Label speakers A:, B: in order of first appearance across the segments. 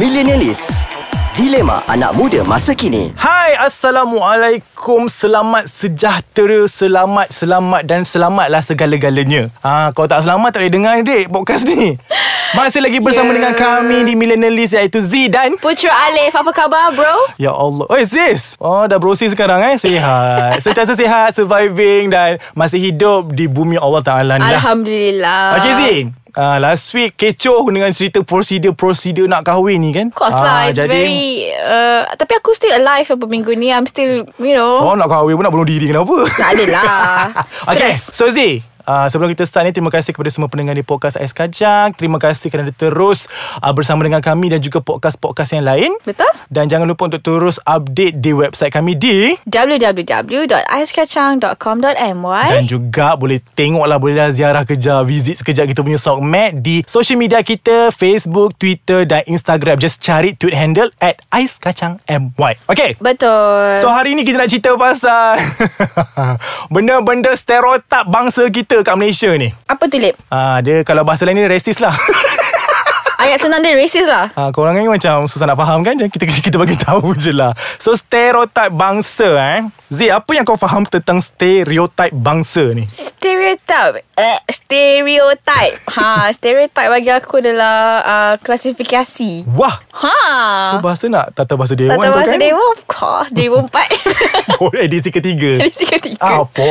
A: Millennialis Dilema anak muda masa kini
B: Hai, Assalamualaikum. Selamat sejahtera, selamat, selamat dan selamatlah segala-galanya. Ha, kalau tak selamat tak boleh dengar ni, dek podcast ni. Masih lagi bersama yeah.
C: Ya.
B: dengan kami di Millennialist iaitu Z dan
C: Putra Alif, apa khabar bro?
B: Ya Allah Oi sis Oh dah berusia sekarang eh Sihat Sentiasa sihat Surviving Dan masih hidup Di bumi Allah Ta'ala ni lah
C: Alhamdulillah.
B: Okay Zin Uh, last week kecoh dengan cerita prosedur-prosedur nak kahwin ni kan
C: Of course
B: Ah,
C: lah, it's very... Uh, tapi aku still alive apa minggu ni. I'm still, you know...
B: Oh
C: uh,
B: nak kahwin pun nak bunuh diri kenapa
C: Tak adalah.
B: Okay
C: Stress.
B: So Z Uh, sebelum kita start ni Terima kasih kepada semua pendengar di Podcast Ais Kacang Terima kasih kerana terus uh, Bersama dengan kami Dan juga podcast-podcast yang lain
C: Betul?
B: Dan jangan lupa untuk terus update Di website kami di
C: www.aiskacang.com.my
B: Dan juga boleh tengoklah Bolehlah ziarah kejap Visit sekejap kita punya Sogmat Di social media kita Facebook, Twitter dan Instagram Just cari tweet handle At Ais Kacang MY Okay
C: Betul.
B: So hari ni kita nak cerita pasal Benda-benda stereotip bangsa kita kat Malaysia ni
C: apa tu, Lip?
B: Ah, dia kalau bahasa lain ni racist lah.
C: Agak senang dia racist lah.
B: Ah, korang ni macam susah nak faham kan? Jadi kita kita bagi tahu je lah. So stereotip bangsa eh. Z, apa yang kau faham tentang stereotip bangsa ni?
C: Stereotype eh, Stereotype ha, Stereotype bagi aku adalah uh, Klasifikasi
B: Wah,
C: Ha
B: bahasa nak tata bahasa dewan
C: Tata
B: tu
C: bahasa
B: kan?
C: Dewa Of course 2004
B: Oh, edisi ketiga.
C: Edisi
B: Ah,
C: ketiga
B: Apa?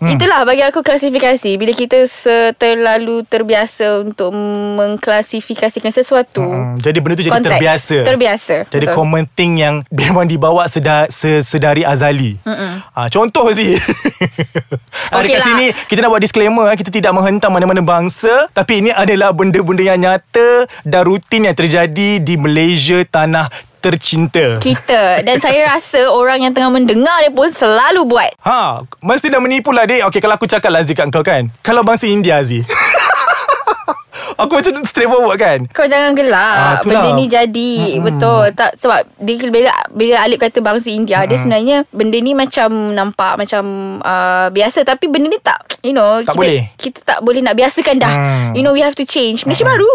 C: hmm. Itulah bagi aku klasifikasi Bila kita se- terlalu terbiasa Untuk mengklasifikasikan sesuatu
B: Hmm,
C: hmm.
B: jadi benda tu jadi
C: Konteks.
B: terbiasa.
C: Terbiasa,
B: Jadi
C: betul.
B: common thing yang memang dibawa sedar, sesedari azali. Ah, contoh Zee. ah,
C: Okey
B: dekat
C: lah.
B: sini kita nak buat disclaimer eh, kita tidak menghentam mana-mana bangsa tapi ini adalah benda-benda yang nyata dan rutin yang terjadi di Malaysia tanah tercinta.
C: Kita Dan saya rasa Orang yang tengah mendengar Dia pun selalu buat
B: Ha, mesti dah menipu lah dek. Okey, kalau aku cakap lah Zee kat kau kan. Kalau bangsa India Zee. aku macam straight forward kan.
C: Kau jangan
B: Ah,
C: gelak
B: itulah. Hmm.
C: Benda ni jadi mm-hmm. Betul tak Sebab dia, bila, bila Alip kata bangsa India mm-hmm. Dia
B: Hmm.
C: sebenarnya Benda ni macam Nampak macam uh, Biasa Tapi benda ni tak You know
B: Tak
C: kita,
B: boleh.
C: Kita tak boleh nak biasakan dah
B: Hmm.
C: You know we have to change Malaysia baru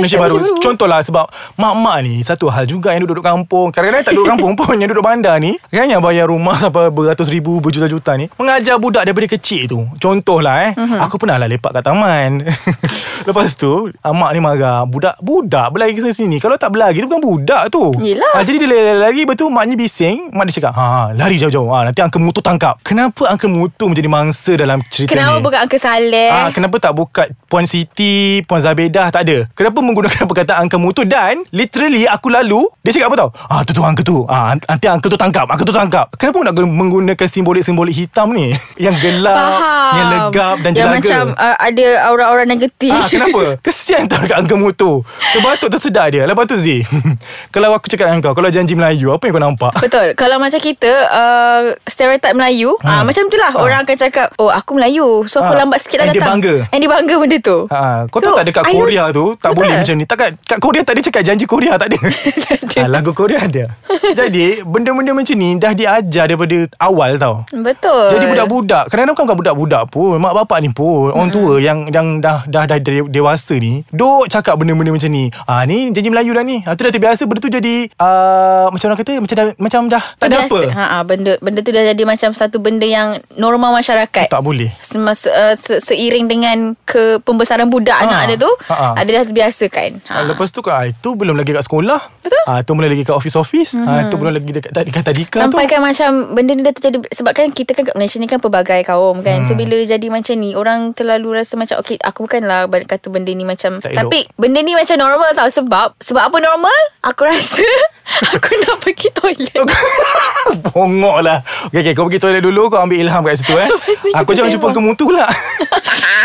B: Malaysia baru Contohlah sebab Mak-mak ni Satu hal juga yang duduk-duduk kampung Kadang-kadang tak duduk kampung pun Yang duduk bandar ni Kan yang bayar rumah Sampai beratus ribu Berjuta-juta ni Mengajar budak daripada kecil tu Contohlah eh
C: Mhm.
B: uh-huh. Aku pernah lah lepak kat taman Lepas tu ah, Mak ni marah Budak Budak berlari ke sini Kalau tak berlari tu bukan budak tu
C: Yelah.
B: Ah, Jadi dia lari-lari Lepas tu maknya bising Mak dia cakap ha, Lari jauh-jauh ha, Nanti Angka Mutu tangkap Kenapa Angka Mutu menjadi mangsa Dalam cerita ni
C: Kenapa bukan Uncle Saleh
B: Ah, kenapa tak buka Puan Siti, Puan Zabedah tak ada? Kenapa menggunakan perkataan angka mutu dan literally aku lalu dia cakap apa tau? Ah tu tu angka tu. Ah an- nanti angka tu tangkap, angka tu tangkap. Kenapa nak guna- menggunakan simbolik-simbolik hitam ni? yang gelap,
C: Faham
B: yang legap dan
C: Yang
B: jelaga.
C: macam eh. uh, Ada aura-aura negatif
B: Ah, kenapa? Kesian tau dekat angka mutu. Terbatuk tersedak dia. Lepas tu Z, kalau aku cakap dengan kau, kalau janji Melayu, apa yang kau nampak?
C: Betul Kalau macam kita uh, Stereotype Melayu hmm. uh, Macam tu lah Orang akan cakap Oh aku Melayu So aku
B: Ha. Ah.
C: lambat sikit
B: And
C: lah
B: dia
C: datang
B: bangga.
C: And dia bangga benda tu
B: Ha, kau tahu
C: So,
B: tak dekat
C: I
B: Korea
C: don't-
B: tu Tak
C: Betul.
B: boleh macam ni tak, Kat Korea tak ada cakap Janji Korea tak ada, ha, Lagu Korea ada Jadi Benda-benda macam ni Dah diajar daripada Awal tau
C: Betul
B: jadi budak-budak Kadang-kadang bukan, bukan budak-budak pun Mak bapak ni pun Orang tua yang yang dah dah, dah, dah dewasa ni Duk cakap benda-benda macam ni ah, Ni janji Melayu dah ni ah, Tu dah terbiasa Benda tu jadi uh, Macam orang kata Macam dah, macam dah Tak ada
C: Biasa.
B: apa
C: ha, ha, benda, benda tu dah jadi macam Satu benda yang Norma masyarakat
B: Tak boleh
C: Semasa, uh, se- Seiring dengan ke Pembesaran budak
B: Ah.
C: anak dia tu
B: Ah, ah.
C: Ada dah terbiasakan ha.
B: Ha. Lepas tu kan Itu belum lagi kat sekolah
C: Betul.
B: ha, Itu belum lagi kat office-office mm-hmm. ha, Itu belum lagi dekat, dekat tadika tu
C: Sampai kan macam Benda ni dah terjadi Sebab kan kita kan kat Malaysia ni kan Pelbagai kaum kan
B: Hmm.
C: So bila dia jadi macam ni Orang terlalu rasa macam Okay aku bukanlah ber- Kata benda ni macam
B: Tak elok.
C: Tapi benda ni macam normal tau Sebab Sebab apa normal Aku rasa Aku nak pergi toilet
B: Bongok lah Okay, okay kau pergi toilet dulu Kau ambil ilham kat situ eh
C: ni
B: Aku
C: kita
B: jangan jumpa
C: tengok.
B: kamu tu pula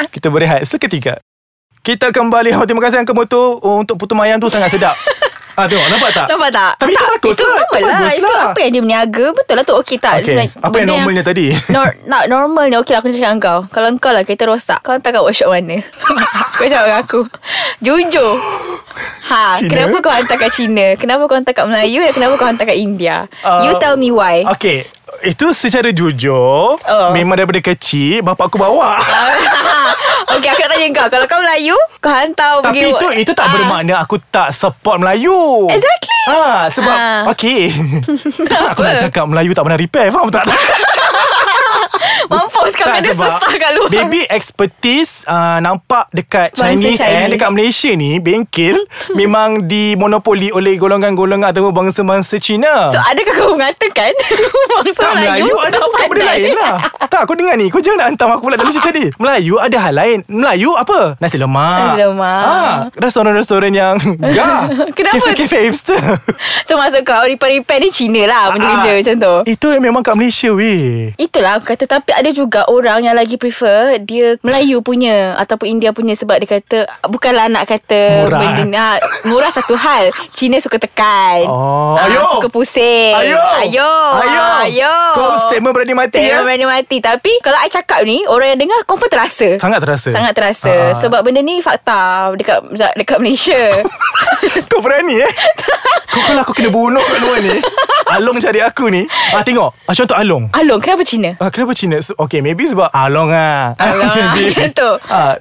B: Kita berehat seketika Kita kembali oh, Terima kasih Angka Moto oh, Untuk putu mayang tu sangat sedap Ah tengok nampak tak?
C: Nampak tak?
B: Tapi itu
C: tak,
B: bagus
C: itu
B: lah. Itu
C: normal
B: bagus
C: lah. Itu
B: lah.
C: apa yang dia berniaga Betul lah tu okey tak
B: Okay.
C: Sebenarnya
B: Apa yang
C: benda
B: normalnya tadi?
C: nor, nak, Normal ni okey lah aku nak cakap dengan kau Kalau kau lah kereta rosak Kau hantar kat workshop mana Kau cakap dengan aku Jujur
B: Cina.
C: Ha, Cina. kenapa kau hantar kat Cina? Kenapa kau hantar kat Melayu? Dan kenapa kau hantar kat India?
B: Ah,
C: Uh, you tell me why.
B: Okay Itu secara jujur
C: Oh. Ah,
B: Memang daripada kecil Bapak aku bawa
C: Okay akak tanya kau Kalau kau Melayu Kau hantar
B: Tapi
C: pergi
B: itu itu tak
C: Ah.
B: bermakna aku tak support Melayu.
C: Exactly.
B: Ha, sebab
C: Ah.
B: okey. aku nak
C: apa?
B: cakap Melayu tak pernah repair. Faham tak?
C: Mampus kau
B: Tak,
C: kena
B: sebab
C: sesah kat luar
B: Baby expertise uh, Nampak dekat
C: Bangsa
B: Chinese,
C: Chinese.
B: And dekat Malaysia ni Bengkel Memang dimonopoli oleh Golongan-golongan Atau bangsa-bangsa Cina
C: So adakah kau mengatakan Bangsa
B: tak
C: Melayu,
B: Melayu ada bukan benda
C: pandai?
B: lain lah Tak aku dengar ni Kau jangan nak hantam aku pula Dalam cerita ni Melayu ada hal lain Melayu apa? Nasi lemak
C: Nasi lemak.
B: ha, Restoran-restoran yang Gah
C: Kenapa?
B: Kafe-kafe hipster
C: So maksud kau Repair-repair ni Cina lah Punya
B: Ah,
C: kerja macam tu
B: Itu yang memang kat Malaysia weh
C: Itulah aku kata Tapi ada juga orang yang lagi prefer Dia Melayu punya Ataupun India punya Sebab dia kata Bukanlah nak kata
B: Murah.
C: benda ni, ah, Murah satu hal Cina suka tekan
B: Oh,
C: Ah,
B: ayo.
C: Suka pusing
B: Ayo
C: Ayo
B: Ayo
C: Ah, Ayo
B: Kau statement berani mati
C: Tak
B: ya
C: yeah. berani mati Tapi kalau I cakap ni Orang yang dengar Confirm terasa
B: Sangat terasa
C: Sangat terasa
B: Ah.
C: Sebab benda ni fakta Dekat dekat Malaysia
B: Kau berani eh Kau kalau aku kena bunuh kat luar ni Along cari aku ni ah, Tengok ah, Contoh Along
C: Along kenapa Cina?
B: ah, Kenapa Cina So, Okay maybe sebab Along lah
C: Along lah,
B: Maybe. Ah,
C: macam tu.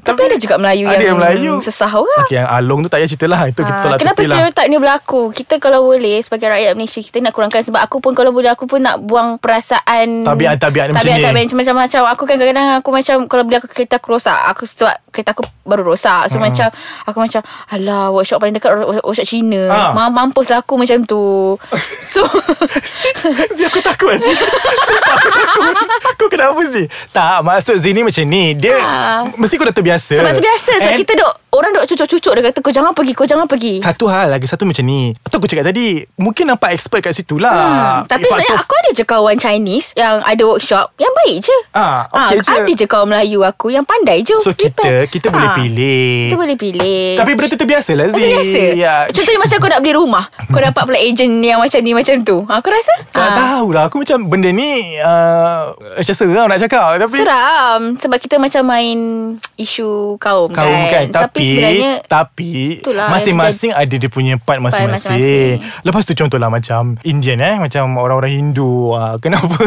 C: Tapi ada juga Melayu
B: ada
C: yang
B: Melayu.
C: sesah orang.
B: Okay yang Along tu tak payah cerita lah Itu kita
C: Ah,
B: tolak
C: kenapa
B: tepi lah
C: stereotip ni berlaku? Kita kalau boleh sebagai rakyat Malaysia kita nak kurangkan sebab aku pun kalau boleh aku pun nak buang perasaan
B: Tabiat-tabiat macam ni.
C: Tabiat-tabiat macam- macam macam aku kan kadang-kadang aku macam kalau boleh aku kereta aku rosak. Aku sebab kereta aku baru
B: Hmm.
C: rosak. So macam aku macam alah workshop paling dekat work- workshop Cina.
B: Ah.
C: Ma- Mampuslah aku macam tu. So
B: Zee aku takut lah Zee Sumpah aku takut Kau kenapa Zee Tak maksud Zee ni macam ni Dia
C: Ah.
B: Mesti kau dah terbiasa
C: sebab tu biasa sebab
B: And-
C: kita dok orang dok cucuk-cucuk dia kata kau jangan pergi, kau jangan pergi.
B: satu hal lagi satu macam ni Atau aku cakap tadi Mungkin nampak expert kat situ lah
C: Hmm, tapi sebenarnya aku ada je kawan Chinese yang ada workshop yang baik je.
B: Ah, okey je.
C: Ada je kawan Melayu aku yang pandai je.
B: So kita Kita boleh
C: Ah,
B: pilih
C: Kita boleh pilih.
B: Tapi benda tu terbiasa lah Zee
C: biasa.
B: ya.
C: Contohnya macam kau nak beli rumah, kau dapat pula ejen yang macam ni macam tu. Ha, kau rasa?
B: Tak
C: Ah.
B: tahulah Aku macam benda ni uh, Macam seram nak cakap Tapi
C: Seram Sebab kita macam main Isu kaum,
B: Kaum kan Tapi
C: Tapi sebenarnya
B: Tapi
C: Itulah yang
B: Masing-masing ada dia punya part masing-masing
C: masing-masing.
B: Lepas tu contohlah Macam Indian eh Macam orang-orang Hindu ah, Kenapa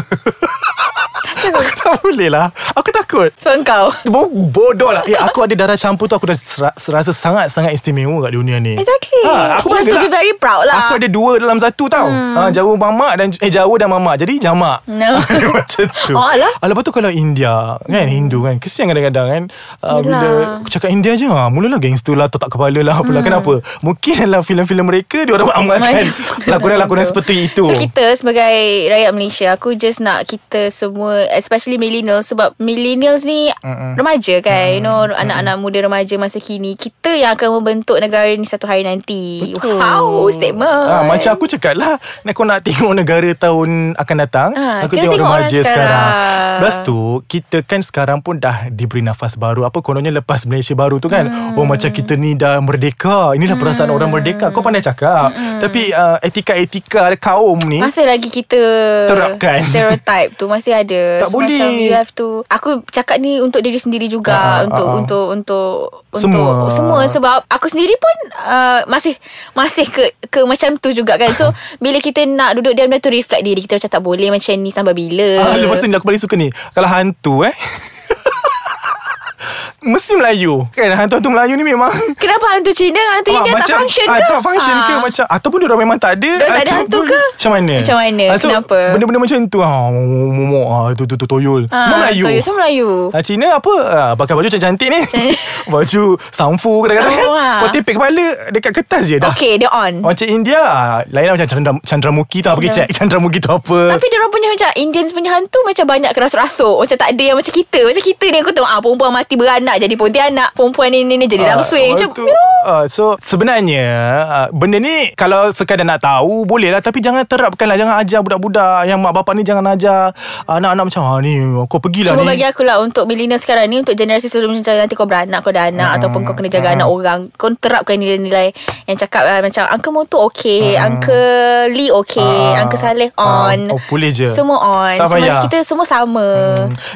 B: Aku tak boleh lah Aku takut
C: Sebab kau
B: Bo- Bodoh lah eh, Aku ada darah campur tu Aku dah sera- serasa sangat-sangat istimewa Kat dunia ni Ah,
C: Exactly
B: Eh. aku
C: You have to
B: bangga
C: be very proud lah
B: Aku ada dua dalam satu tau hmm. ha, Jawa mamak dan Eh Jawa dan mamak Jadi jamak
C: No.
B: Macam tu
C: Oh, alah. Hmm.
B: ah, Lepas tu kalau India Kan Hindu kan Kesian kadang-kadang kan ah, Bila
C: Yelah.
B: aku cakap India je ah, Mulalah gangster lah Totak kepala lah apalah. Kenapa Mungkin dalam filem-filem mereka Dia orang amalkan
C: Hmm. Macam-
B: Lakonan-lakonan
C: Betul.
B: seperti itu
C: So kita sebagai rakyat Malaysia Aku just nak kita semua Especially millennials Sebab millennials ni
B: Mm-mm.
C: Remaja kan You know Anak-anak muda remaja masa kini Kita yang akan membentuk negara ni Satu hari nanti
B: Betul.
C: Wow statement
B: Ah, macam aku cakap lah nak Kau nak tengok negara tahun akan datang
C: Ah,
B: Aku
C: kena
B: tengok,
C: tengok
B: remaja
C: orang
B: sekarang.
C: sekarang.
B: Lepas tu Kita kan sekarang pun dah diberi nafas baru Apa kononnya lepas Malaysia baru tu kan hmm. Oh macam kita ni dah merdeka
C: Hmm.
B: Inilah perasaan orang merdeka Kau pandai cakap hmm. Tapi uh, etika-etika kaum ni
C: Masih lagi kita
B: Hmm? Terapkan.
C: Stereotype tu Masih ada
B: Tak boleh.
C: Macam you have to Aku cakap ni Untuk diri sendiri juga
B: Ah, ah,
C: Untuk
B: ah, ah.
C: untuk untuk
B: Semua.
C: untuk, Semua sebab Aku sendiri pun uh, Masih Masih ke ke macam tu juga kan So Bila kita nak duduk diam-diam tu Reflect diri Kita macam tak boleh Macam ni sampai bila
B: Ah, lepas tu ni aku paling suka ni Kalau hantu eh Mesti Melayu Kan hantu-hantu Melayu ni memang
C: Kenapa hantu Cina dengan Hantu
B: Ah,
C: India tak function
B: ah,
C: ke?
B: Tak function ke
C: Ah.
B: macam Ataupun diorang memang tak ada
C: Diorang tak ada hantu
B: ataupun-
C: ke?
B: Macam mana
C: Macam mana?
B: Ah, so,
C: Kenapa?
B: Benda-benda macam tu ha, Momok ha, tu, tu, tu, Toyol
C: Ah,
B: Semua Melayu
C: toyol, Semua Melayu
B: Ah, Cina apa ah, Pakai baju cantik-cantik ni Baju Sangfu kadang-kadang kan
C: Oh, ah.
B: Kau tepik kepala Dekat kertas je dah
C: Okay dia on
B: Orang Macam India ah, Lain lah macam Chandra, Chandramuki tu ah, Pergi
C: Chandra-
B: cek Chandramuki tu apa
C: Tapi dia orang punya macam Indians punya hantu Macam banyak kerasuk-rasuk Macam tak ada yang macam kita Macam kita ni aku tengok ah, Perempuan mati beranak Jadi pontianak Perempuan ni ni, ni jadi dalam
B: Ah,
C: swing Macam
B: orang tu, ah, So sebenarnya ah, Benda ni Kalau sekadar nak tahu Boleh lah Tapi jangan terapkan lah Jangan ajar budak-budak Yang mak bapak ni jangan ajar Anak-anak macam ah, ni Kau pergilah
C: Cuma
B: ni
C: bagi aku lah Untuk millennial sekarang ni Untuk generasi sebelum ni, macam Nanti kau beranak Kau dah
B: Ah,
C: anak Ataupun kau kena jaga anak orang Kau terapkan nilai-nilai Yang cakap lah Macam Uncle Motu okay Uncle Lee okay
B: Ah.
C: Uncle Saleh
B: Ah,
C: on
B: oh, boleh je.
C: Semua on
B: Tak
C: Semua
B: payah. Hmm.
C: kita semua sama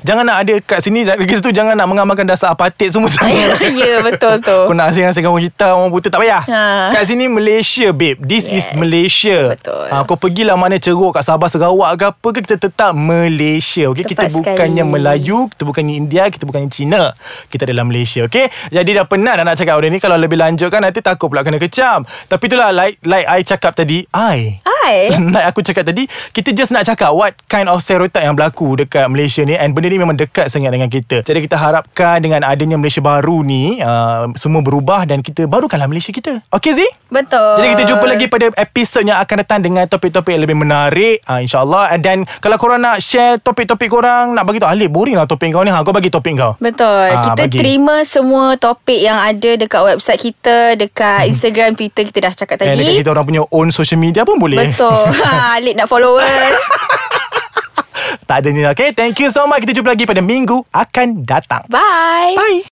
B: Jangan nak ada kat sini Lagi satu Jangan nak mengamalkan dasar apatik semua
C: Ya,
B: sama.
C: ya, betul tu.
B: Kau nak asing-asingkan orang kita Orang buta tak payah
C: Ha.
B: Kat sini Malaysia babe This yes. is
C: Yes.
B: Malaysia
C: Betul.
B: ha, Kau pergilah mana ceruk Kat Sabah, Sarawak ke apa ke Kita tetap Malaysia okay? Kita
C: Tepat
B: bukannya
C: sekali.
B: Melayu Kita bukannya India Kita bukannya Cina Kita dalam Malaysia okay? Jadi dah penat dah nak cakap benda ni Kalau lebih lanjut kan Nanti takut pula kena kecam Tapi itulah Like, like I cakap tadi I
C: Hai.
B: Like aku cakap tadi Kita just nak cakap What kind of stereotype yang berlaku Dekat Malaysia ni And benda ni memang dekat sangat dengan kita Jadi kita harapkan Dengan adanya Malaysia baru ni uh, Semua berubah Dan kita barukanlah Malaysia kita Okay Zee?
C: Betul.
B: Jadi kita jumpa lagi pada episod yang akan datang dengan topik-topik yang lebih menarik uh, InsyaAllah And then kalau korang nak share topik-topik korang Nak bagi tahu Alif boring lah topik kau ni ha, Kau bagi topik kau
C: Betul.
B: Ah,
C: kita
B: bagi.
C: terima semua topik yang ada dekat website kita, dekat Instagram, Twitter kita dah cakap
B: And Hmm. Eh, dekat
C: tadi.
B: kita orang punya own social media pun boleh
C: Betul. ha, Alik nak followers.
B: lah, Tak adanya Okay thank you so much Kita jumpa lagi pada minggu akan datang
C: Bye.
B: Bye